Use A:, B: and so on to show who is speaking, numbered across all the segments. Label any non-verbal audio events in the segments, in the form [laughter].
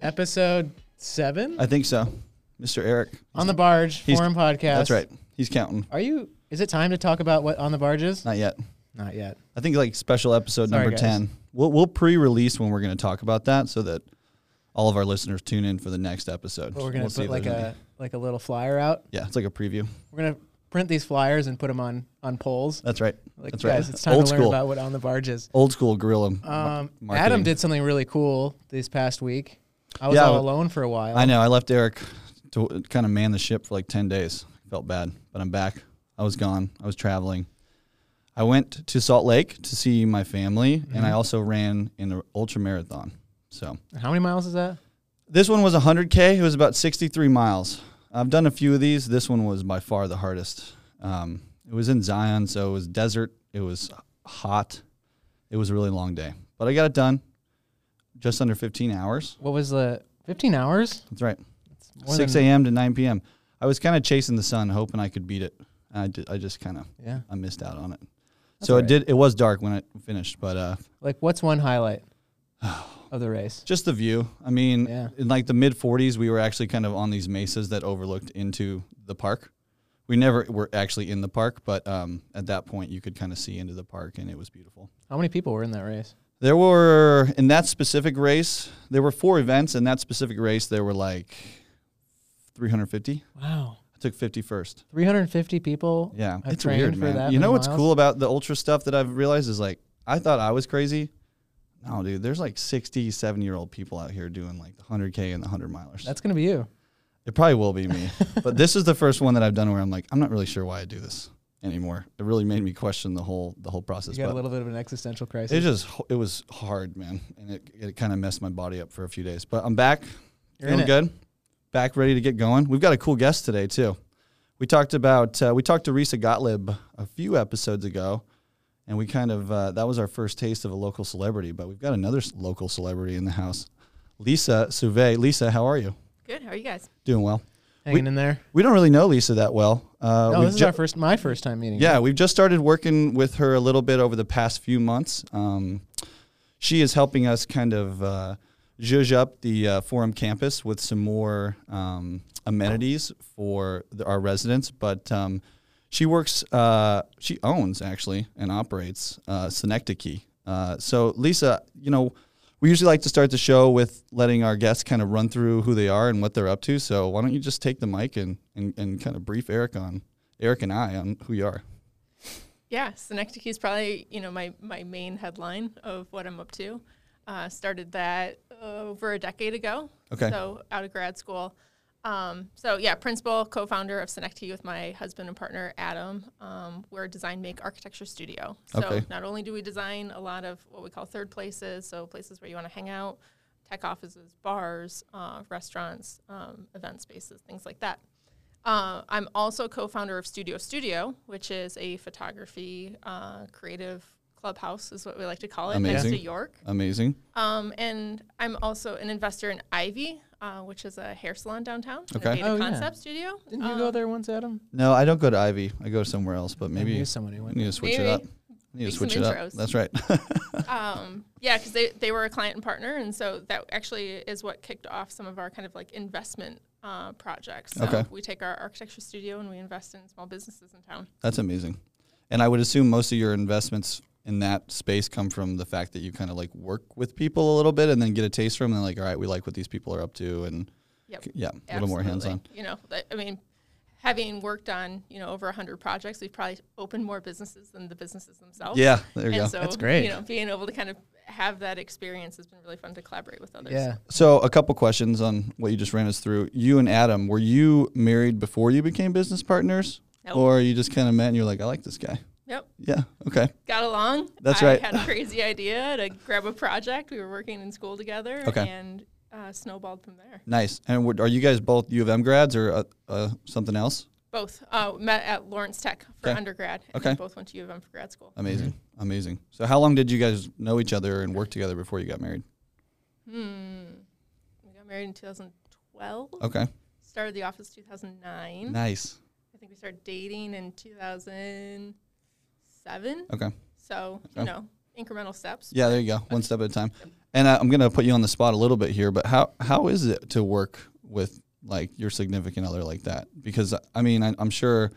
A: episode seven
B: I think so. Mr. Eric.
A: on the barge
B: Uh, He's-
A: forum podcast.
B: That's right. He's counting.
A: Are you? Is it time to talk about what on the barge is?
B: Not yet.
A: Not yet.
B: I think like special episode
A: Sorry,
B: number
A: guys.
B: 10. We'll, we'll pre release when we're going to talk about that so that all of our listeners tune in for the next episode.
A: But we're gonna
B: We'll see
A: put
B: if
A: like
B: there's
A: a
B: any-
A: like a little flyer out.
B: Yeah, it's like a preview.
A: We're gonna print these flyers and put them on on poles.
B: That's right.
A: Like
B: That's
A: guys,
B: right.
A: it's time
B: Old
A: to learn
B: school.
A: about what on the barge is.
B: Old school gorilla. mar-
A: Um, Adam
B: marketing.
A: did something really cool this past week. I was
B: Yeah,
A: all
B: I-
A: alone for a while.
B: I know. I left Eric to kind of man the ship for like 10 days. Felt bad, but I'm back. I was gone. I was traveling. I went to Salt Lake to see my family, and I
A: Mm-hmm.
B: also ran in an ultra marathon. So
A: How many miles is that?
B: this one was 100K. It was about 63 miles. I've done a few of these. This one was by far the hardest. Um, it was in Zion, so it was desert. It was hot. It was a really long day, but I got it done just under 15 hours.
A: What was the 15 hours?
B: That's right.
A: It's more
B: 6
A: than-
B: a.m. to 9 p.m. I was kind of chasing the sun, hoping I could beat it. I, di- I just kind of
A: Yeah.
B: I missed out on it. so
A: all right.
B: it did. It was dark when it finished, but uh,
A: Like, what's one
B: [sighs]
A: highlight of the race?
B: just the view. I mean,
A: Yeah.
B: in like the mid 40s, we were actually kind of on these mesas that overlooked into the park. We never were actually in the park, but um, at that point, you could kind of see into the park, and it was beautiful.
A: How many people were in that race?
B: There were in that specific race, there were four events. In that specific race, there were like 350.
A: Wow.
B: I took 51st.
A: 350 people.
B: Yeah,
A: have
B: it's weird,
A: trained for
B: man.
A: that
B: you know
A: many
B: what's
A: miles?
B: cool about the ultra stuff that I've realized is like I thought I was crazy. No, dude, there's like 60, 70 year old people out here doing like the 100K and the 100 milers.
A: That's gonna be you.
B: it probably will be
A: [laughs]
B: me. but this is the first one that I've done where I'm like, I'm not really sure why I do this anymore. It really made me question the whole the whole
A: You
B: process.
A: got a
B: But
A: little bit of an existential
B: it
A: crisis.
B: just it was hard, man, and it it kind of messed my body up for a few days. But I'm back,
A: You're in
B: feeling
A: it.
B: good, back ready to get going. We've got a cool guest today too. We talked about uh, we talked to Risa Gottlieb a few episodes ago, and we kind of uh, that was our first taste of a local celebrity. But we've got another s- local celebrity in the house, Lisa Suve. Lisa, how are you?
C: Good. How are you guys?
B: Doing well.
A: Hanging in there.
B: We don't really know Lisa that well. Uh,
A: No,
B: we've
A: Oh, this is
B: ju-
A: our first, my first time meeting. you.
B: yeah, we've just started working with her a little bit over the past few months. Um, she is helping us kind of uh, zhuzh up the uh, Forum campus with some more um, amenities for the, our residents. But um, she works, uh, she owns actually and operates uh, Synecdoche. Uh, so, Lisa, you know, we usually like to start the show with letting our guests kind of run through who they are and what they're up to. So, why don't you just take the mic and, and, and kind of brief Eric on Eric and I on who you are?
C: Yeah, Synecdoche is probably you know my my main headline of what I'm up to. Uh, started that over a decade ago.
B: Okay.
C: So out of grad school. Um, so yeah, principal co-founder of Synecdoche with my husband and partner Adam. Um, we're a design make architecture studio. So
B: Okay.
C: not only do we design a lot of what we call third places, so places where you want to hang out, tech offices, bars, uh, restaurants, um, event spaces, things like that. Uh, I'm also co-founder of Studio Studio, which is a photography uh, creative clubhouse, is what we like to call it, next to
B: Amazing.
C: York.
B: Amazing.
C: Um, and I'm also an investor in Ivy, uh, which is a hair salon downtown. a
B: Okay.
C: data
A: Oh, yeah.
C: concept studio.
A: Didn't you
C: Um,
A: go there once, Adam?
B: No, I don't go to Ivy. I go somewhere else, but maybe
A: Uh, I knew
B: I
A: someone who went.
B: need to switch it
C: Maybe.
B: up. I need
C: Make
B: to
C: some
B: switch it up.
C: intros.
B: That's right. [laughs]
C: [laughs] um, yeah, because they, they were a client and partner, and so that actually is what kicked off some of our kind of like investment uh, projects. So
B: Okay.
C: we take our architecture studio and we invest in small businesses in town.
B: That's amazing. And I would assume most of your investments in that space come from the fact that you kind of like work with people a little bit and then get a taste from them. And like, all right, we like what these people are up to, and
C: Yep.
B: yeah, a little more hands
C: Absolutely.
B: on.
C: You know, that- I mean, having worked on you know over hundred projects, we've probably opened more businesses than the businesses themselves.
B: Yeah, there you
C: Oh. and
B: go.
C: so
A: That's great.
C: You know, being able to kind of have that experience has been really fun to collaborate with others.
A: Yeah.
B: So a couple questions on what you just ran us through. You and Adam, were you married before you became business partners,
C: Nope.
B: or you just kind of met and you're like, I like this guy?
C: Yep.
B: Yeah. Okay.
C: Got along.
B: That's
C: I
B: right.
C: had a crazy idea to grab a project. We were working in school together.
B: Okay.
C: And uh, snowballed from there.
B: Nice. And would- are you guys both U of M grads or uh, uh, something else?
C: Both uh, met at Lawrence Tech for
B: Okay.
C: undergrad. and we
B: Okay.
C: both went to U of M for grad school.
B: Amazing. Amazing. So how long did you guys know each other and work together before you got married?
C: Hmm. We got married in 2012.
B: Okay.
C: Started the office 2009.
B: Nice.
C: I think we started dating in 2007.
B: Okay.
C: So,
B: Okay.
C: you know, incremental steps.
B: Yeah, there you go. One step at a time. And I, I'm going to put you on the spot a little bit here, but how how is it to work with like your significant other like that? Because I mean, I, I'm sure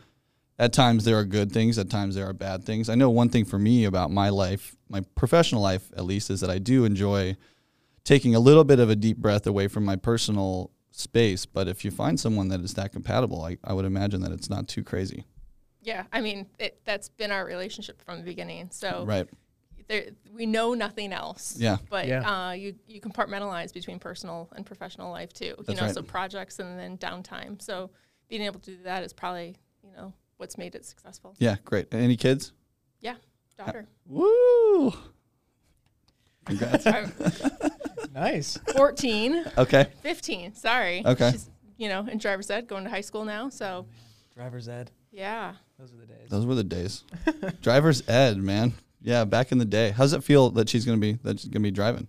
B: at times there are good things, at times there are bad things. I know one thing for me about my life, my professional life at least, is that I do enjoy taking a little bit of a deep breath away from my personal space. But if you find someone that is that compatible, I, I would imagine that it's not too crazy.
C: Yeah, I mean it, that's been our relationship from the beginning. So
B: Right.
C: there, we know nothing else.
B: Yeah.
C: But
A: Yeah.
C: Uh, you you compartmentalize between personal and professional life too. You
B: That's
C: know,
B: right.
C: so projects and then downtime. So being able to do that is probably you know what's made it successful.
B: Yeah. Great. Any kids?
C: Yeah,
B: [laughs]
C: daughter,
B: Woo. Congrats.
C: I'm
A: Nice.
C: 14,
B: okay.
C: 15. Sorry.
B: Okay.
C: She's, you know, in driver's ed, going to high school now. So
A: Driver's ed.
C: yeah,
A: Those are the days.
B: Those were the days. [laughs] Driver's ed, man. Yeah, back in the day. How's it feel that she's gonna be that she's gonna be driving?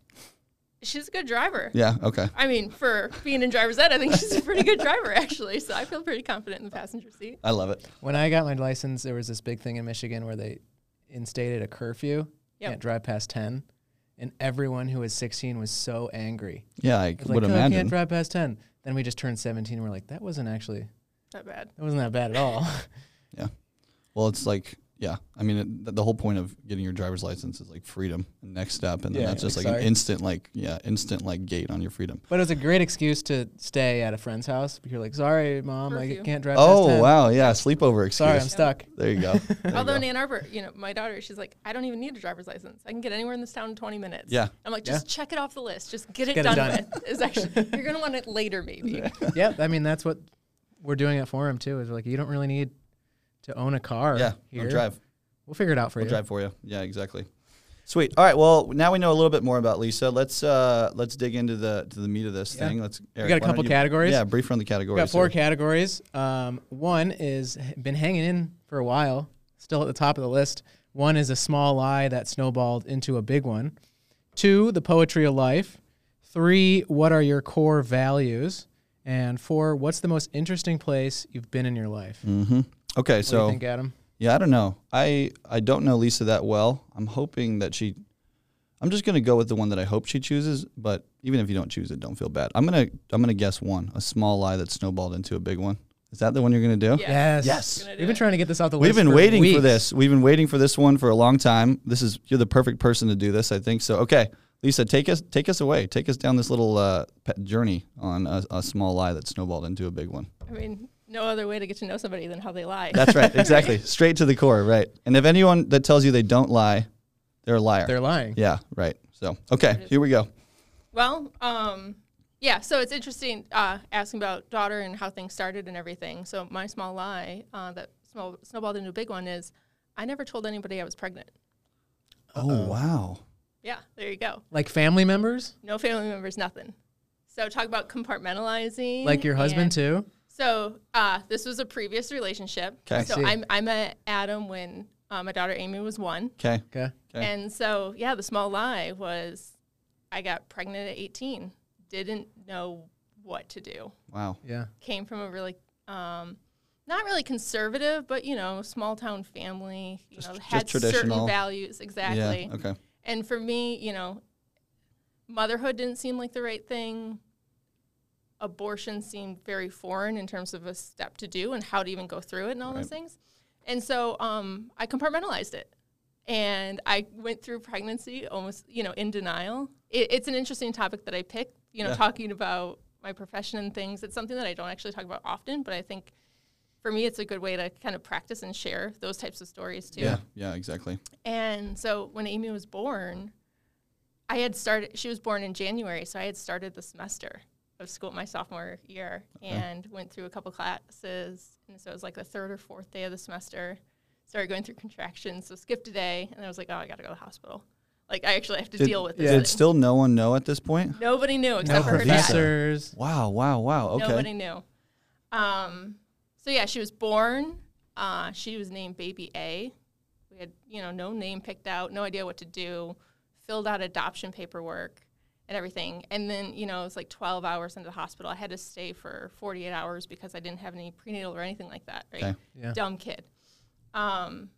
C: she's a good driver.
B: Yeah, okay.
C: I mean, for being in driver's ed, I think she's a pretty good driver actually. So I feel pretty confident in the passenger seat.
B: I love it.
A: When I got my license, there was this big thing in Michigan where they instated a curfew.
C: Yep.
A: Can't drive past 10. And everyone who was 16 was so angry.
B: Yeah, I
A: It was
B: would
A: like, "Oh, I
B: imagine.
A: can't drive past 10. Then we just turned 17 and we're like, that wasn't actually,
C: Not bad.
A: that wasn't that bad at all. [laughs]
B: Well, it's like yeah. I mean, it, th- the whole point of getting your driver's license is like freedom, next step, and then
A: Yeah,
B: that's just like
A: sorry.
B: an instant like yeah, instant like gate on your freedom.
A: but it was a great excuse to stay at a friend's house. You're like, sorry, mom, I
C: Curfew.
A: can't drive past
B: Oh
A: 10.
B: wow, yeah, sleepover excuse.
A: Sorry, I'm stuck.
B: There you go.
A: [laughs]
B: There you
C: Although
B: go.
C: in Ann Arbor, you know, my daughter, she's like, I don't even need a driver's license. I can get anywhere in this town in 20 minutes.
B: Yeah.
C: I'm like,
A: Yeah.
C: just check it off the list. Just get it
A: get it
C: done,
A: done.
C: with. It's actually,
A: [laughs]
C: you're going to want it later, maybe.
A: yep. I mean, that's what we're doing at Forum too. Is like you don't really need to own a car.
B: yeah,
A: here.
B: I'll drive.
A: We'll figure it out for
B: We'll
A: you.
B: drive for you. Yeah, exactly. Sweet. All right. Well, now we know a little bit more about Lisa. Let's uh let's dig into the to the meat of this
A: Yeah.
B: thing. Let's.
A: We
B: Eric,
A: got a
B: why don't
A: couple
B: you-
A: categories.
B: Yeah, brief on the
A: We
B: categories.
A: got four
B: sir.
A: categories. Um, one is h- been hanging in for a while, still at the top of the list. One is a small lie that snowballed into a big one. Two, the poetry of life. Three, what are your core values? And four, what's the most interesting place you've been in your life? What
B: Mm-hmm. Okay,
A: do you
B: so
A: think, Adam?
B: yeah, I don't know. I I don't know Lisa that well. I'm hoping that she. I'm just gonna go with the one that I hope she chooses. But even if you don't choose it, don't feel bad. I'm gonna I'm gonna guess one, a small lie that snowballed into a big one. Is that the one you're gonna do?
C: Yeah.
A: Yes.
B: Yes.
C: Gonna do
A: We've been
C: it.
A: trying to get this off the
B: We've
A: list.
B: been
A: for
B: waiting for
A: weeks.
B: this. We've been waiting for this one for a long time. This is you're the perfect person to do this, I think. So okay, Lisa, take us take us away. Take us down this little uh, pet journey on a, a small lie that snowballed into a big one.
C: I mean, no other way to get to know somebody than how they lie.
B: That's right, exactly. Straight to the core, right? And if anyone that tells you they don't lie, they're a liar.
A: They're lying.
B: yeah, right. So okay, here we go.
C: Well, um, yeah, so it's interesting uh, asking about daughter and how things started and everything. So my small lie uh, that small, snowballed into a big one is I never told anybody I was pregnant.
B: Oh wow.
C: Yeah, there you go.
A: Like family members?
C: No family members, nothing. So talk about compartmentalizing.
A: Like your
C: and-
A: husband too?
C: So uh, this was a previous relationship.
B: 'Kay. I
C: So
A: see.
C: I'm, I met Adam when uh, my daughter Amy was one.
B: Okay.
A: Okay.
B: Okay.
C: And so, yeah, the small lie was I got pregnant at 18, didn't know what to do.
B: Wow.
A: Yeah.
C: Came from a really, um, not really conservative, but, you know, small town family, you
B: Just-
C: know,
B: just
C: had
B: traditional.
C: certain values. Exactly.
B: Yeah. Okay.
C: And for me, you know, motherhood didn't seem like the right thing. Abortion seemed very foreign in terms of a step to do and how to even go through it and all those
B: Right.
C: things. And so um, I compartmentalized it. And I went through pregnancy almost, you know, in denial. It, it's an interesting topic that I picked, you know,
B: Yeah.
C: talking about my profession and things. It's something that I don't actually talk about often, but I think for me, it's a good way to kind of practice and share those types of stories too.
B: Yeah. Yeah. Exactly.
C: And so when Amy was born, I had started, she was born in January, so I had started the semester of school my sophomore year and went through a couple classes. And so it was like the third or fourth day of the semester. Started going through contractions, so skipped a day, and I was like, oh, I gotta go to the hospital. Like, I actually have to
B: Did-
C: deal with this.
A: yeah.
B: Did
C: thing.
B: still no one know at this point?
C: Nobody knew
A: No
C: except for her dad.
A: professors.
B: Wow. Wow. Wow. Oh, Okay.
C: Nobody knew. Um, so yeah, she was born. Uh, she was named Baby A. We had you know no name picked out, no idea what to do. Filled out adoption paperwork and everything, and then you know it was like 12 hours into the hospital. I had to stay for 48 hours because I didn't have any prenatal or anything like that. Right,
B: Okay.
A: Yeah.
C: dumb kid. Um,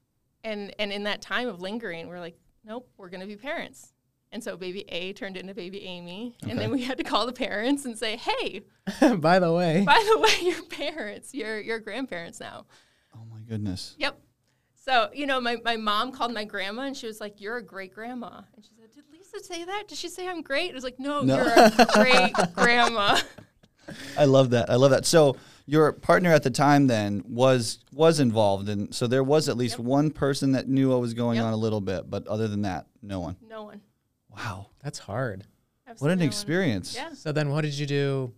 C: and and in that time of lingering, we're like, nope, we're gonna be parents. And so baby A turned into baby Amy. And then we had to call the parents and say, hey,
A: [laughs] By the way,
C: [laughs] by the way, your parents, your, your grandparents now.
B: Oh my goodness.
C: Yep. So, you know, my, my mom called my grandma and she was like, You're a great grandma. And she said, Did Lisa say that? Did she say I'm great? It was like, No,
B: No.
C: you're a
B: [laughs]
C: great grandma.
B: I love that. I love that. So your partner at the time then was was involved, and so there was at least one person that knew what was going
C: Yep.
B: on a little bit, but other than that, no one.
C: No one.
B: Wow,
A: that's hard.
B: what
C: Absolutely
B: an
C: no one.
B: experience!
C: Yeah.
A: So then, what did you do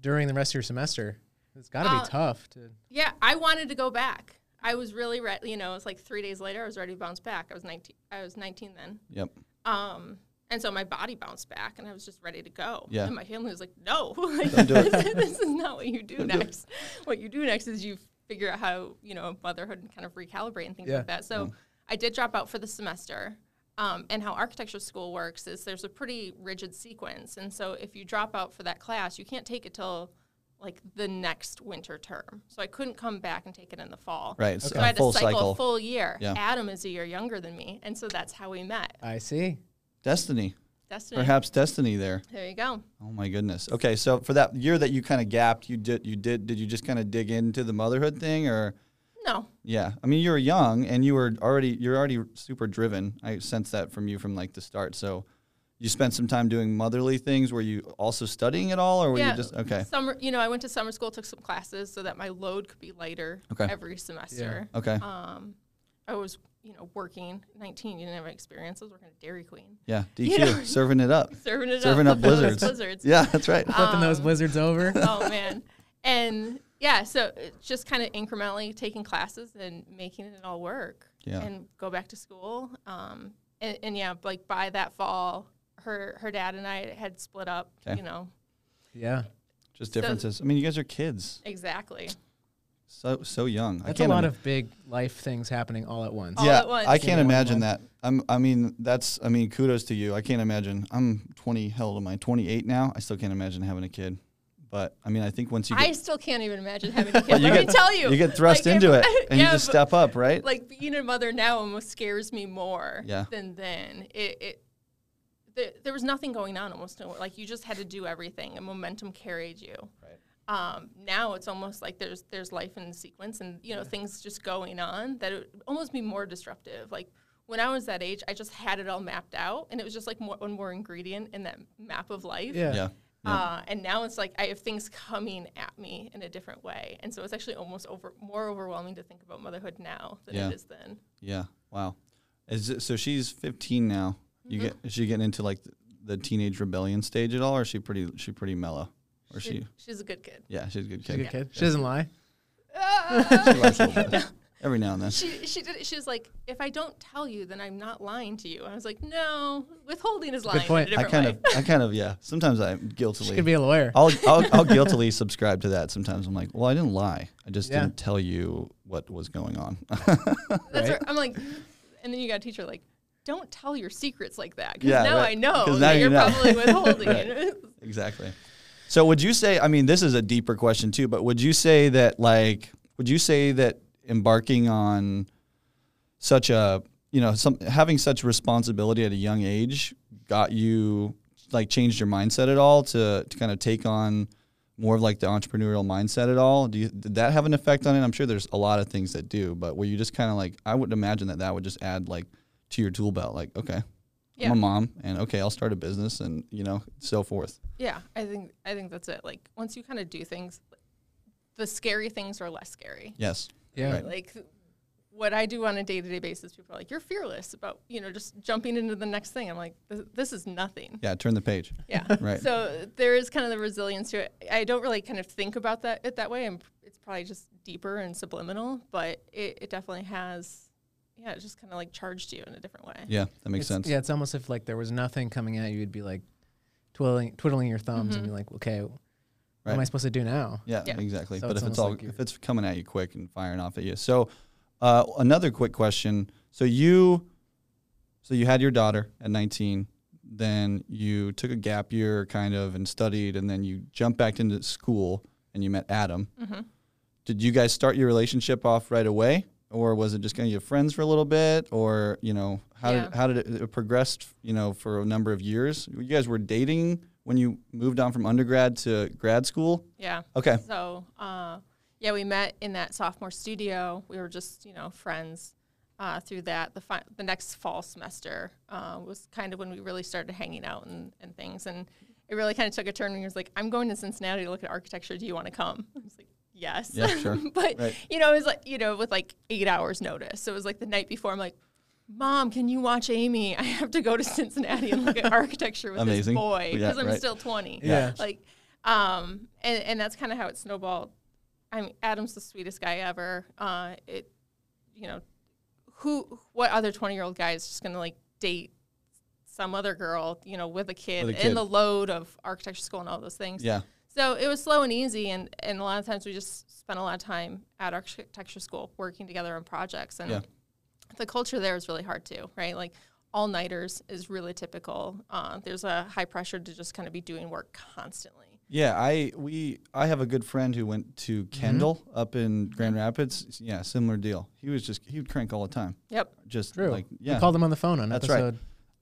A: during the rest of your semester? It's got to
C: Uh,
A: be tough. To,
C: Yeah. I wanted to go back. I was really, re- you know, it's like three days later, I was ready to bounce back. I was 19, I was 19 then.
B: Yep.
C: Um, and so my body bounced back and I was just ready to go.
B: Yeah.
C: And my family was like, no, [laughs] like,
B: do it.
C: this is not what you do next. What you do next is you figure out how, you know, motherhood and kind of recalibrate and things
A: Yeah.
C: like that. So
B: Mm-hmm.
C: I did drop out for the semester. Um, and how architecture school works is there's a pretty rigid sequence. And so if you drop out for that class, you can't take it till like the next winter term. So I couldn't come back and take it in the fall.
B: Right. It's
C: So
B: a
C: I had
B: full
C: to cycle,
B: cycle.
C: a full year.
B: Yeah.
C: Adam is a year younger than me. And so that's how we met.
A: I see.
B: Destiny,
C: Destiny.
B: perhaps destiny there.
C: There you go.
B: Oh my goodness. Okay, so for that year that you kind of gapped, you did you did did you just kind of dig into the motherhood thing or
C: No.
B: yeah. I mean, you were young and you were already you're already super driven. I sense that from you from like the start. So you spent some time doing motherly things. Were you also studying at all or were you just okay.
C: Summer, you know, I went to summer school, took some classes so that my load could be lighter
B: Okay.
C: every semester.
B: Okay.
C: Um, I was, you know, working 19, you didn't have any experience. I was working at Dairy Queen,
B: yeah. DQ,
C: know.
B: [laughs] serving it up.
C: serving it
B: Serving
C: up,
B: up
C: flipping those
B: blizzards.
C: blizzards.
B: Yeah, that's right.
C: Um,
A: Flipping those blizzards over.
C: [laughs] oh man. And yeah, so it- just kind of incrementally taking classes and making it all work.
B: Yeah.
C: And go back to school. Um, and, and yeah, like by that fall, her her dad and I had split up.
B: Okay.
C: You know,
A: Yeah,
B: just differences. I mean, you guys are kids.
C: exactly.
B: So so young. I
A: that's a
B: can't
A: lot
B: imagine.
A: of big life things happening all at once.
C: all
B: yeah,
C: at once.
B: I can't
A: Yeah.
B: imagine that. I'm, I mean, that's, I mean, kudos to you. I can't imagine. I'm 20, how old am I? 28 now. I still can't imagine having a kid. But I mean, I think once you
C: I
B: get,
C: still can't even
B: [laughs]
C: imagine having a kid.
B: you
C: Let me
B: get-
C: tell you,
B: you get thrust
C: like, if- [laughs]
B: into it and
C: yeah,
B: you just
C: but,
B: step up, right?
C: Like being a mother now almost scares me more
B: Yeah.
C: than then. It, it the, there was nothing going on almost nowhere. Like you just had to do everything, and momentum carried you.
B: Right.
C: Um, now it's almost like there's there's life in sequence, and you know things just going on that it would almost be more disruptive. Like when I was that age, I just had it all mapped out, and it was just like more, one more ingredient in that map of life.
A: Yeah.
B: yeah.
C: Uh, and now it's like I have things coming at me in a different way, and so it's actually almost over more overwhelming to think about motherhood now than
B: Yeah.
C: it is then.
B: Yeah. Wow. Is it, so she's 15 now. You
C: Mm-hmm.
B: get, is she getting into like the teenage rebellion stage at all? Or is she pretty, she pretty mellow? Or
C: She-
B: she,
C: she's a good kid.
B: yeah, she's a good
A: She's a
B: kid.
A: good kid. She doesn't lie.
B: She lies a little
C: [laughs]
B: bit. Every now and then.
C: She she did, she was like, if I don't tell you, then I'm not lying to you. I was like, no, withholding is lying.
A: point. I
C: In a
B: I
C: different
B: kind
C: way.
B: of, I kind of, yeah. Sometimes I'm guiltily.
A: She could be a lawyer.
B: I'll, I'll, [laughs] I'll guiltily subscribe to that sometimes. I'm like, well, I didn't lie. I just
A: Yeah.
B: didn't tell you what was going on.
C: That's
A: right?
C: where I'm like, and then you got a teacher like, don't tell your secrets like that because
B: Yeah,
C: now
B: right.
C: I know
B: 'Cause
C: that
B: now you
C: you're
B: know. [laughs]
C: probably withholding.
B: exactly. So would you say, I mean, this is a deeper question too, but would you say that like, would you say that embarking on such a, you know, some, having such responsibility at a young age got you like changed your mindset at all to, to kind of take on more of like the entrepreneurial mindset at all? Do you, did that have an effect on it? I'm sure there's a lot of things that do, but were you just kind of like, I would imagine that that would just add like to your tool belt, like, okay, I'm
C: Yeah.
B: a mom and okay, I'll start a business and you know, so forth.
C: [laughs] Yeah, I think I think that's it. Like once you kind of do things, the scary things are less scary.
B: Yes.
A: Yeah.
B: Right.
C: Like what I do on a day-to-day basis, people are like, "You're fearless about you know just jumping into the next thing." I'm like, "This, this is nothing."
B: Yeah. Turn the page.
C: Yeah.
B: [laughs] Right.
C: So there is kind of the resilience to it. I don't really kind of think about that it that way. I'm, it's probably just deeper and subliminal, but it, it definitely has, yeah, it just kind of like charged you in a different way.
B: Yeah. That makes
A: It's-
B: sense.
A: Yeah, it's almost if like there was nothing coming at you, you'd be like twiddling, twiddling your thumbs and be like, okay, what am I
B: Right.
A: supposed to do now?
B: Yeah,
C: Yeah.
B: exactly.
A: So
B: but
A: it's
B: if
A: almost
B: it's all
A: like you're-
B: if it's coming at you quick and firing off at you. So uh, another quick question. So you so you had your daughter at 19, then you took a gap year kind of and studied and then you jumped back into school and you met Adam. Did you guys start your relationship off right away or was it just kind of your friends for a little bit, or you know how did
C: Yeah.
B: how did it, it progress? You know, for a number of years, you guys were dating when you moved on from undergrad to grad school.
C: Yeah.
B: Okay,
C: So, uh, yeah, we met in that sophomore studio. We were just, you know, friends uh, through that. The, fi- the next fall semester uh, was kind of when we really started hanging out and, and things. And it really kind of took a turn when he was like, I'm going to Cincinnati to look at architecture. Do you want to come? I was like, yes.
B: Yeah,
C: [laughs]
B: sure.
C: but,
B: Right.
C: you know, it was like, you know, with like eight hours notice. So it was like the night before, I'm like, Mom, can you watch Amy? I have to go to [laughs] Cincinnati and look at architecture with
B: Amazing.
C: this boy
B: Yeah,
C: because I'm
B: right.
C: still 20
A: Yeah.
C: like um and, and that's kind of how it snowballed i mean adam's the sweetest guy ever uh it you know who what other 20 year old guy is just gonna like date some other girl you know with a kid,
B: With a kid.
C: and the load of architecture school and all those things
B: yeah,
C: so it was slow and easy and and a lot of times we just spent a lot of time at architecture school working together on projects and
B: Yeah.
C: the culture there is really hard too right like all nighters is really typical. Uh, there's a high pressure to just kind of be doing work constantly.
B: yeah. I we I have a good friend who went to
A: Mm-hmm.
B: Kendall up in Grand Rapids. Yeah, similar deal. He was just he would crank all the time.
C: Yep.
B: Just
A: True.
B: like yeah,
A: We
B: [laughs]
A: called him on the phone on
B: That's right.
A: episode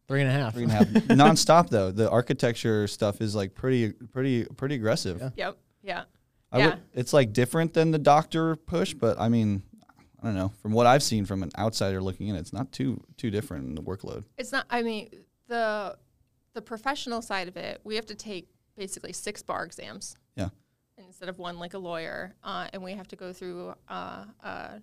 A: three and a half.
B: Three and a half. Nonstop though. The architecture stuff is like pretty, pretty, pretty aggressive.
A: Yeah.
C: Yep. Yeah.
B: I
C: Yeah.
B: would, it's like different than the doctor push, but I mean, I don't know. From what I've seen from an outsider looking in, it's not too too different in the workload.
C: It's not I mean the the professional side of it, we have to take basically six bar exams.
B: Yeah.
C: Instead of one like a lawyer, uh, and we have to go through uh, uh,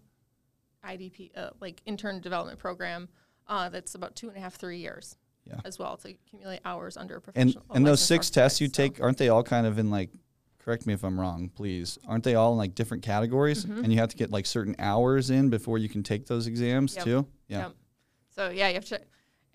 C: IDP uh, like intern development program uh, that's about two and a half three years.
B: Yeah.
C: As well to accumulate hours under a
B: And
C: professional.
B: and those
C: licensed
B: six tests
C: architect,
B: you
C: so-
B: take, aren't they all kind of in like? Correct me if I'm wrong, please. Aren't they all in like different categories?
C: Mm-hmm.
B: And you have to get like certain hours in before you can take those exams
C: Yep.
B: too. Yeah.
C: Yep. So yeah, you have to,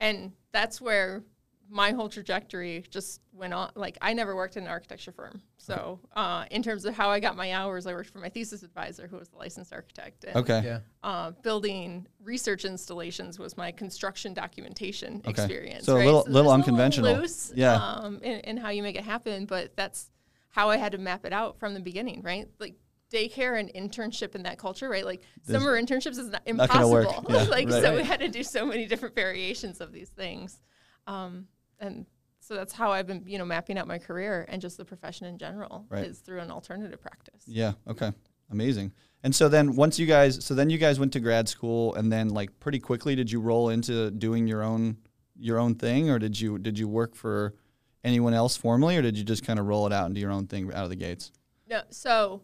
C: and that's where my whole trajectory just went on. Like I never worked in an architecture firm, so uh, in terms of how I got my hours, I worked for my thesis advisor, who was a licensed architect. And,
B: Okay.
A: [laughs] Yeah.
C: Uh, building research installations was my construction documentation experience.
B: So a
C: right?
B: little-
C: there's
B: little
C: a
B: unconventional.
C: loose,
B: Yeah.
C: Um, in, in how you make it happen, but that's how I had to map it out from the beginning, right? Like daycare and internship in that culture, right? Like
B: There's-
C: summer internships is not
B: not gonna
C: impossible. [laughs]
B: work. Yeah,
C: like
B: right.
C: so, we had to do so many different variations of these things, um, and so that's how I've been, you know, mapping out my career and just the profession in general
B: Right.
C: is through an alternative practice.
B: Yeah. Okay. Amazing. And so then once you guys, so then you guys went to grad school, and then like pretty quickly, did you roll into doing your own your own thing, or did you did you work for anyone else formally, or did you just kind of roll it out and do your own thing out of the gates?
C: No, so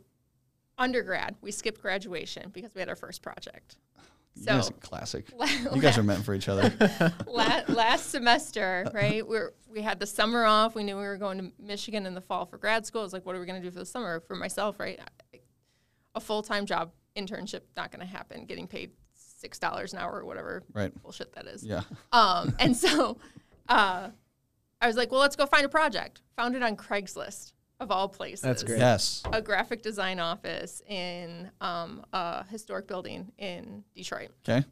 C: undergrad, we skipped graduation because we had our first project.
B: You
C: So
B: guys are classic.
C: [laughs] la-
B: You guys are meant for each
C: [laughs]
B: other.
C: la- last semester, right, we were, we had the summer off. We knew we were going to Michigan in the fall for grad school. It was like, what are we going to do for the summer? For myself, right, I- a full time job internship not going to happen. Getting paid six dollars an hour or whatever
B: Right.
C: bullshit that is.
B: Yeah.
C: Um, and so uh, I was like, well, let's go find a project. Found it on Craigslist of all places
A: great.
B: Yes.
C: a graphic design office in um, a historic building in Detroit.
B: Okay.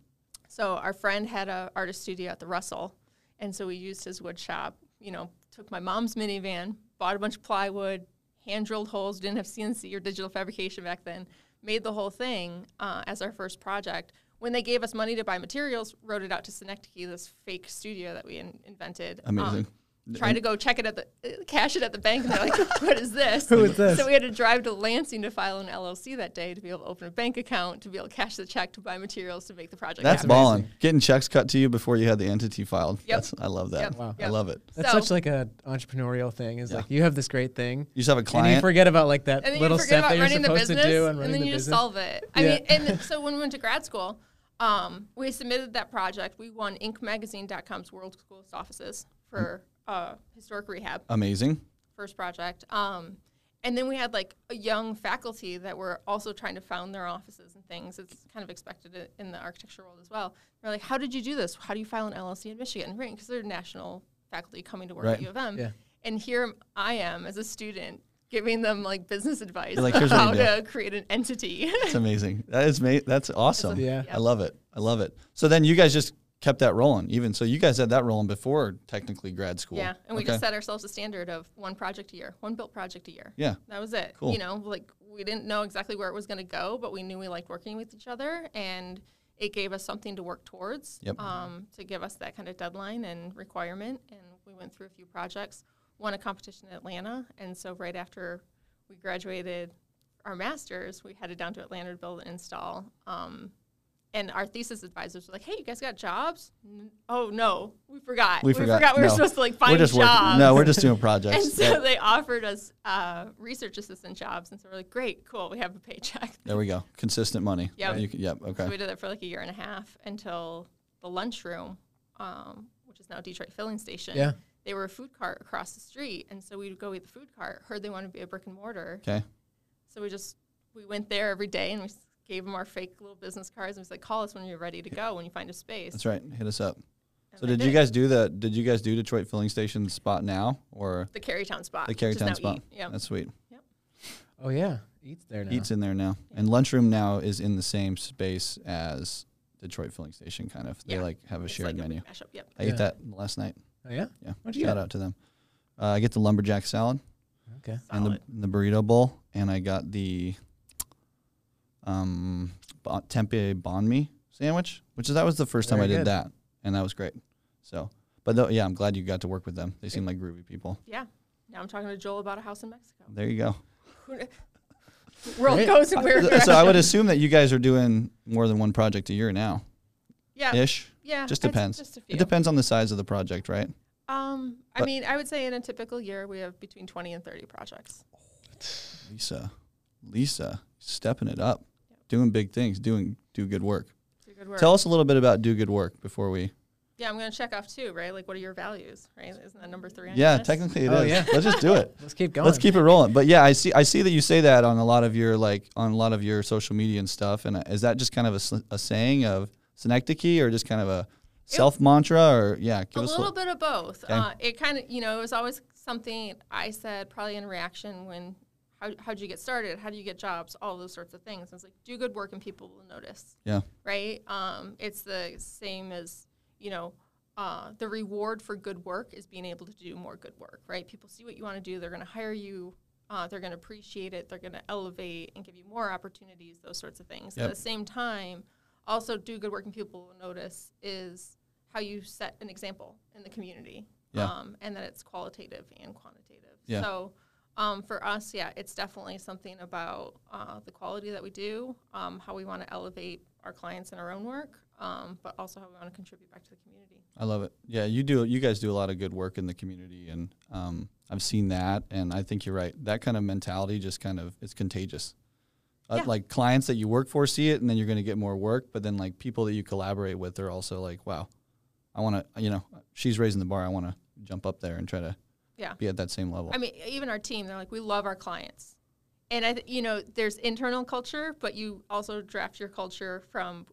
C: So our friend had a artist studio at the Russell, and so we used his wood shop. You know, took my mom's minivan, bought a bunch of plywood, hand drilled holes. Didn't have CNC or digital fabrication back then. Made the whole thing uh, as our first project. When they gave us money to buy materials, wrote it out to Synecdoche, this fake studio that we in- invented. Um,
B: Amazing.
C: Tried to go check it at the uh, cash it at the bank, and they're like, [laughs] "What is this?"
A: Who is this?
C: So we had to drive to Lansing to file an LLC that day to be able to open a bank account, to be able to cash the check, to buy materials, to make the project
B: That's
C: happen.
B: balling. Getting checks cut to you before you had the entity filed. That's, I love that.
C: Yep. Wow.
B: I
C: Yep.
B: love it.
A: That's
C: So-
A: such like a entrepreneurial thing. Is
B: Yeah.
A: like you have this great thing,
B: You just have a
A: and you
B: client.
A: forget about like that
C: And then
A: little
C: you forget
A: step
C: about
A: that you're
C: running the
A: supposed to
C: business,
A: do and running
C: then
A: the
C: you just
A: business.
C: solve it. I
A: Yeah.
C: mean, and so when we went to grad school, um, we submitted that project. We won IncMagazine.com's World Coolest Offices for uh, historic rehab.
B: Amazing.
C: first project. Um, and then we had like a young faculty that were also trying to found their offices and things. It's kind of expected i- in the architecture world as well. They're like, how did you do this? How do you file an LLC in Michigan? Right, because they're national faculty coming to work
B: Right.
C: at U of M.
A: Yeah.
C: And here I am as a student giving them like business advice
B: You're like,
C: on
B: "Here's
C: how
B: what you
C: to create an entity. [laughs]
B: That's amazing. That is ma- that's awesome.
A: Yeah.
B: I love it. I love it. So then you guys just kept that rolling. Even so, you guys had that rolling before technically grad school.
C: Yeah, and we
B: Okay.
C: just set ourselves a standard of one project a year, one built project a year.
B: yeah.
C: That was it.
B: Cool.
C: You know, like we didn't know exactly where it was going to go, but we knew we liked working with each other, and it gave us something to work towards.
B: Yep.
C: Um, to give us that kind of deadline and requirement, and we went through a few projects. Won a competition in Atlanta, and so right after we graduated our masters, we headed down to Atlanta to build and install. Um, and our thesis advisors were like, "Hey, you guys got jobs? N- oh no, we forgot.
B: We forgot.
C: we were
B: No.
C: supposed to like
B: we're
C: find
B: just
C: jobs.
B: working. No, we're just
C: [laughs]
B: doing
C: And
B: projects.
C: so
B: Yep.
C: they offered us uh, research assistant jobs, and so we're like, "Great, cool, we have a paycheck." [laughs]
B: There we go. Consistent money.
C: Yep.
B: You can- yep.
C: So
B: Okay.
C: we did that for like a year and a half until the lunchroom, um, which is now Detroit Filling Station.
A: Yeah.
C: They were a food cart across the street, and so we would go eat the food cart. Heard they wanted to be a brick and mortar,
B: Okay.
C: so we just we went there every day and we s- gave them our fake little business cards and we said, "Call us when you're ready to go when you find a space."
B: That's right. Hit us up.
C: And
B: So
C: they
B: did you guys do the? Did you guys do Detroit filling station spot now or
C: the Carytown spot?
B: the
C: which is now E,
B: Carytown spot?
C: Eat. Yep.
B: That's sweet.
A: Oh yeah, eats there now.
B: Eats in there now, and lunchroom now is in the same space as Detroit filling station. Kind of. They
C: Yeah.
B: like have a
C: It's
B: shared
C: like
B: menu.
C: A big mashup. Yep.
B: I
A: Yeah.
B: ate that last night.
A: Oh yeah.
B: Yeah.
A: What'd you
B: Shout
A: get?
B: out to them. Uh, I get the lumberjack salad
A: Okay.
B: and the,
C: Solid.
B: the burrito bowl, and I got the um, bo- tempeh banh mi sandwich, which is that was the first time
A: Very
B: I did
A: good.
B: that, and that was great. So, but though, yeah, I'm glad you got to work with them. They seem like groovy people.
C: Yeah. Now I'm talking to Joel about a house in Mexico.
B: There you go.
C: World
A: Right.
C: goes in weird
B: Uh, so I would
C: directions.
B: assume that you guys are doing more than one project a year now,
C: [laughs] Yeah.
B: ish.
C: Yeah,
B: Just
C: I'd s-
B: depends.
C: Just a few.
B: It depends on the size of the project, right?
C: Um, I
B: But-
C: mean, I would say in a typical year we have between twenty and thirty projects.
B: Lisa, Lisa, stepping it up, doing big things, doing do good work.
C: So good work.
B: Tell us a little bit about do good work before we.
C: yeah, I'm gonna check off two, right? Like, what are your values, right? Isn't that number three? on your
B: Yeah,
C: list?
B: technically it
A: Oh,
B: is.
A: yeah.
B: Let's just
A: [laughs]
B: do it.
A: Let's keep going.
B: Let's keep it rolling. But yeah, I see. I see that you say that on a lot of your like on a lot of your social media and stuff. And uh, is that just kind of a, s- a saying of synecdoche, or just kind of a self mantra, or yeah? Give
C: a
B: us
C: little bit of both. Uh, it kind of, you know, it was always something I said probably in reaction when, how, how'd you get started? How do you get jobs? All those sorts of things. It's like, do good work and people will notice.
B: Yeah.
C: Right? Um, it's the same as, you know, uh, the reward for good work is being able to do more good work, right? People see what you want to do, they're going to hire you. Uh, they're going to appreciate it. They're going to elevate and give you more opportunities. Those sorts of things.
B: Yep.
C: At the same time, also do good work and people will notice is how you set an example in the community
B: Yeah.
C: um, and that it's qualitative and quantitative
B: Yeah.
C: so um, for us yeah it's definitely something about uh, the quality that we do um, how we want to elevate our clients in our own work um, but also how we want to contribute back to the community
B: I love it. Yeah, you do. You guys do a lot of good work in the community, and um, I've seen that. And I think you're right. That kind of mentality just kind of it's contagious. Uh,
C: Yeah.
B: Like clients that you work for see it, and then you're going to get more work. But then like people that you collaborate with are also like, wow, I want to. You know, she's raising the bar. I want to jump up there and try to
C: Yeah.
B: be at that same level.
C: I mean, e-, even our team, they're like, we love our clients. And I, th- you know, there's internal culture, but you also draft your culture from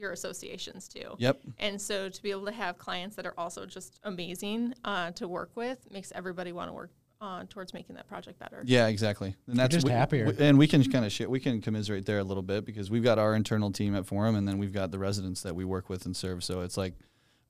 C: your associations too.
B: Yep.
C: And so to be able to have clients that are also just amazing uh, to work with makes everybody want to work uh, towards making that project better.
B: Yeah, exactly. And that's
A: just
B: we-
A: happier.
B: we- and we can kind of shit. We can commiserate there a little bit because we've got our internal team at Forum, and then we've got the residents that we work with and serve. So it's like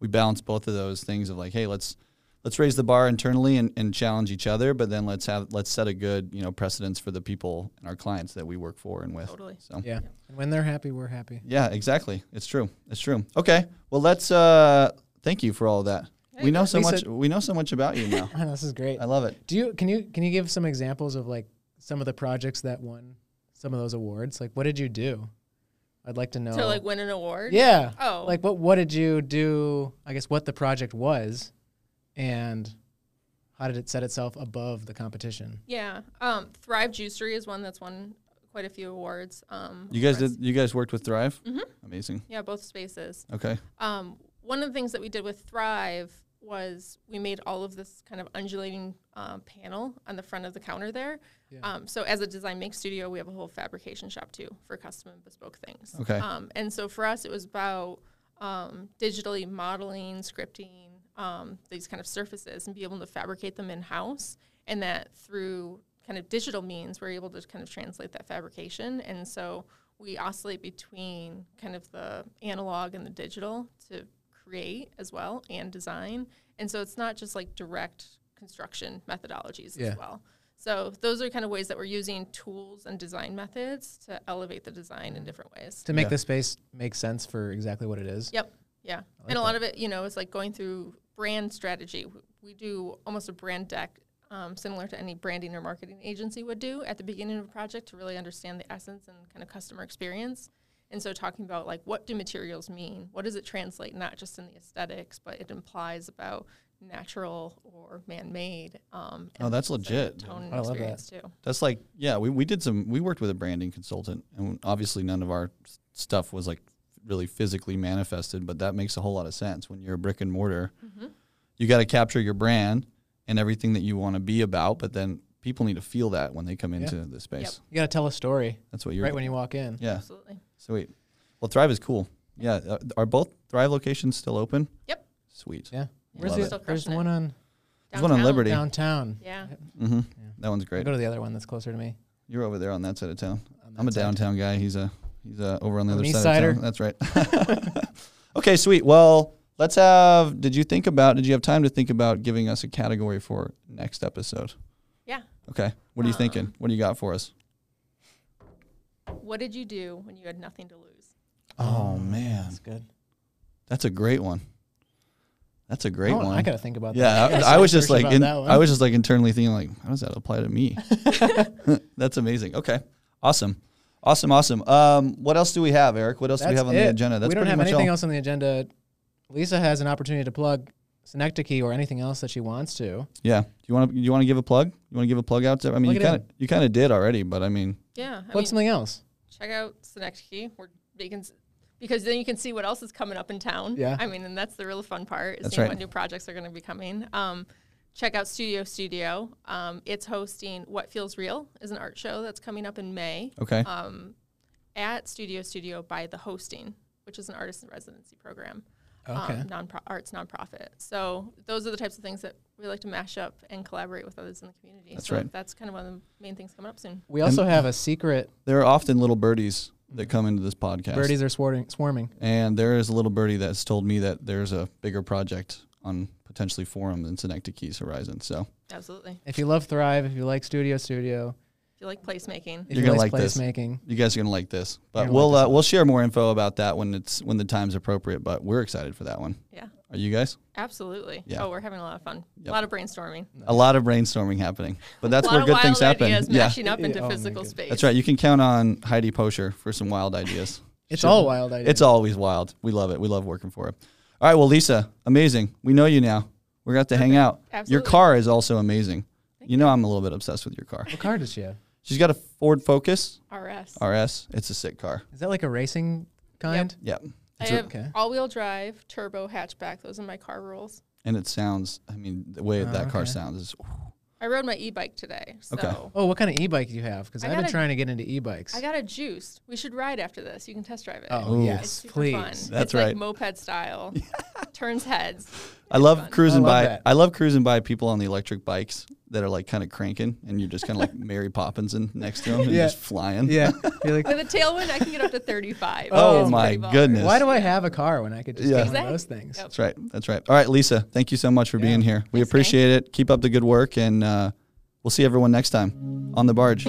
B: we balance both of those things of like, hey, let's let's raise the bar internally and, and challenge each other, but then let's have let's set a good you know precedence for the people and our clients that we work for and with.
C: Totally.
B: So
A: Yeah. And when they're happy, we're happy. [laughs]
B: yeah, exactly. It's true. It's true. Okay. Well, let's. uh Thank you for all of that. We know so
A: Lisa-
B: much. We know so much about you now.
A: Wow, this is great.
B: I love it.
A: Do you can you can you give some examples of like some of the projects that won some of those awards? Like what did you do? I'd like to know.
C: To like win an award.
A: yeah.
C: Oh.
A: Like what what did you do? I guess what the project was, and how did it set itself above the competition?
C: Yeah. Um, Thrive Juicery is one that's won quite a few awards. Um,
B: You guys
C: for us.
B: did. You guys worked with Thrive. Amazing.
C: Yeah, both spaces.
B: Okay.
C: Um, one of the things that we did with Thrive was we made all of this kind of undulating um, panel on the front of the counter there. Um, so as a design make studio, we have a whole fabrication shop too for custom and bespoke things.
B: Okay.
C: Um, and so for us, it was about um, digitally modeling, scripting um, these kind of surfaces and be able to fabricate them in house, and that through kind of digital means, we're able to kind of translate that fabrication. And so we oscillate between kind of the analog and the digital to create as well and design. And so it's not just like direct construction methodologies
A: Yeah.
C: as well. So those are kind of ways that we're using tools and design methods to elevate the design in different ways.
A: to make
B: Yeah.
A: the space make sense for exactly what it is.
C: Yep. Yeah. and a lot of it, you know, is like going through brand strategy. W- We do almost a brand deck, um, similar to any branding or marketing agency would do at the beginning of a project to really understand the essence and kind of customer experience. And so, talking about like what do materials mean? What does it translate not just in the aesthetics, but it implies about natural or man-made? Um,
B: Oh,
C: and
B: that's
C: so
B: legit.
C: Tone and
A: I love that.
C: experience too.
B: That's like, yeah, we, we did some, we worked with a branding consultant, and obviously none of our s- stuff was like really physically manifested, but that makes a whole lot of sense. When you're a brick and mortar, you got to capture your brand and everything that you want to be about, but then people need to feel that when they come into the space.
A: You got to tell a story
B: That's what you're
A: right when you walk in.
B: Yeah.
C: Absolutely.
B: Sweet. Well, Thrive is cool. Yeah. Uh, Are both Thrive locations still open?
C: Yep.
B: Sweet.
A: Yeah. Where's
B: Love
A: the,
B: it.
C: Still
A: there's
C: crushing it.
A: one on
B: There's one on
C: Downtown.
B: Liberty.
A: downtown.
C: Yeah.
B: Mm-hmm. That one's
A: I
B: great.
A: go to the other one that's closer to me.
B: You're over there on that side of town.
A: on
B: I'm a
A: that side.
B: downtown guy. He's a he's a over on the
A: I'm
B: other
A: an
B: side.
A: east
B: Of town. That's right.
A: [laughs]
B: [laughs] okay, sweet. Well, let's have. Did you think about? Did you have time to think about giving us a category for next episode?
C: Yeah.
B: Okay. What are you
C: Um,
B: thinking? What do you got for us?
C: What did you do when you had nothing to lose?
B: Oh, man.
A: that's good.
B: That's a great one. That's a great
A: I,
B: one.
A: wanna- I got to think about
B: yeah,
A: that.
B: I, I was just
A: Search
B: like,
A: about
B: in,
A: that one.
B: I was just like internally thinking, like, how does that apply
A: [laughs]
B: to me? [laughs] That's amazing. Okay, awesome, awesome, awome. Um, what else do we have, Eric? What else do we
A: That's
B: have on
A: it.
B: the agenda? That's
A: we don't
B: pretty
A: have
B: much
A: anything
B: all.
A: else on the agenda. Lisa has an opportunity to plug Synecdoche or anything else that she wants to.
B: Yeah. Do you want to? You want to give a plug? You want to give a plug out to? I mean,
A: Plug it
B: you
A: in.
B: kind of you kind of did already, but I mean,
C: Yeah. I
A: Plug
C: mean-
A: something else.
C: check out Synecdoche. We're vegans because then you can see what else is coming up in town.
A: Yeah.
C: I mean, and that's the real fun part is
B: That's
C: seeing
B: right.
C: what new projects are going to be coming. Um, check out Studio Studio. Um, it's hosting What Feels Real is an art show that's coming up in May
B: okay,
A: Uh,
C: um, at Studio Studio by the hosting, which is an artist in residency program.
A: Okay.
C: Um, nonpro- arts nonprofit. So those are the types of things that we like to mash up and collaborate with others in the community.
B: That's
C: so
B: right.
C: That's kind of one of the main things coming up soon.
A: We also have a secret.
B: there are often little birdies that come into this podcast,
A: Birdies are swarming. swarming.
B: and there is a little birdie that's told me that there's a bigger project on potentially forum than Synecdoche's horizon. So
C: Absolutely. If
A: If you love Thrive, if you like Studio Studio,
C: you like placemaking,
A: if
B: You're
A: you
B: gonna
A: like
B: like this.
A: placemaking,
B: you guys are gonna like this,
A: You're
B: but
A: gonna
B: we'll
A: like this
B: uh, we'll share more info about that when it's when the time's appropriate. But we're excited for that one.
C: yeah.
B: Are you guys?
C: Absolutely.
B: Yeah.
C: Oh, we're having a lot of fun.
B: Yep.
C: A lot of brainstorming.
B: A lot of brainstorming happening, but that's
C: a lot
B: where
C: of
B: good
C: wild
B: things happen.
C: ideas
B: Yeah,
C: mashing up
A: Yeah.
C: into
A: Oh my
C: physical
A: goodness.
C: space.
B: that's right. You can count on Heidi Posher for some
A: [laughs]
B: wild ideas.
A: it's
B: Sure.
A: all wild ideas.
B: It's always wild. We love it. We love working for it. All right. Well, Lisa, amazing. We know you now. We're going to have to hang out. Your
C: Absolutely.
B: car is also amazing. you know, I'm a little bit obsessed with your car.
A: What car does she have?
B: She's got a Ford Focus
C: RS.
B: RS. It's a sick car.
A: Is that like a racing kind?
B: Yep.
C: I
B: It's a-
C: have
A: okay.
C: all-wheel drive, turbo, hatchback. Those are my car rules. and
B: and it sounds, I mean, the way that car
A: okay.
B: sounds is
C: I rode my e-bike today, so
B: Okay.
A: Oh, what kind of e-bike do you have? Because
C: I
A: I've been
C: got a-
A: trying to get into e-bikes.
C: I got a juice. We should ride after this. You can test drive it.
A: Oh,
B: Ooh.
C: It's
A: yes,
C: super
A: please.
C: fun.
B: That's
C: it's like
B: right. [laughs]
C: moped style. Turns heads.
B: I love
C: fun.
B: cruising
A: I love
B: by.
A: that.
B: I love cruising by people on the electric bikes that are like kind of cranking, and you're just kind
A: [laughs]
B: of like Mary Poppins and next to them and
A: Yeah.
B: just flying.
A: [laughs] Yeah. You're like,
C: With a tailwind, I can get up to 35.
B: Oh,
C: It's
B: my
C: pretty baller.
B: goodness.
A: why do I have a car when I could just
B: Yeah.
A: get one of
C: Exactly.
A: those things?
C: Yep.
B: That's right. That's right. All right, Lisa. Thank you so much for being here. We
C: Thanks, Nick.
B: appreciate it. Keep up the good work, and uh, we'll see everyone next time on the barge.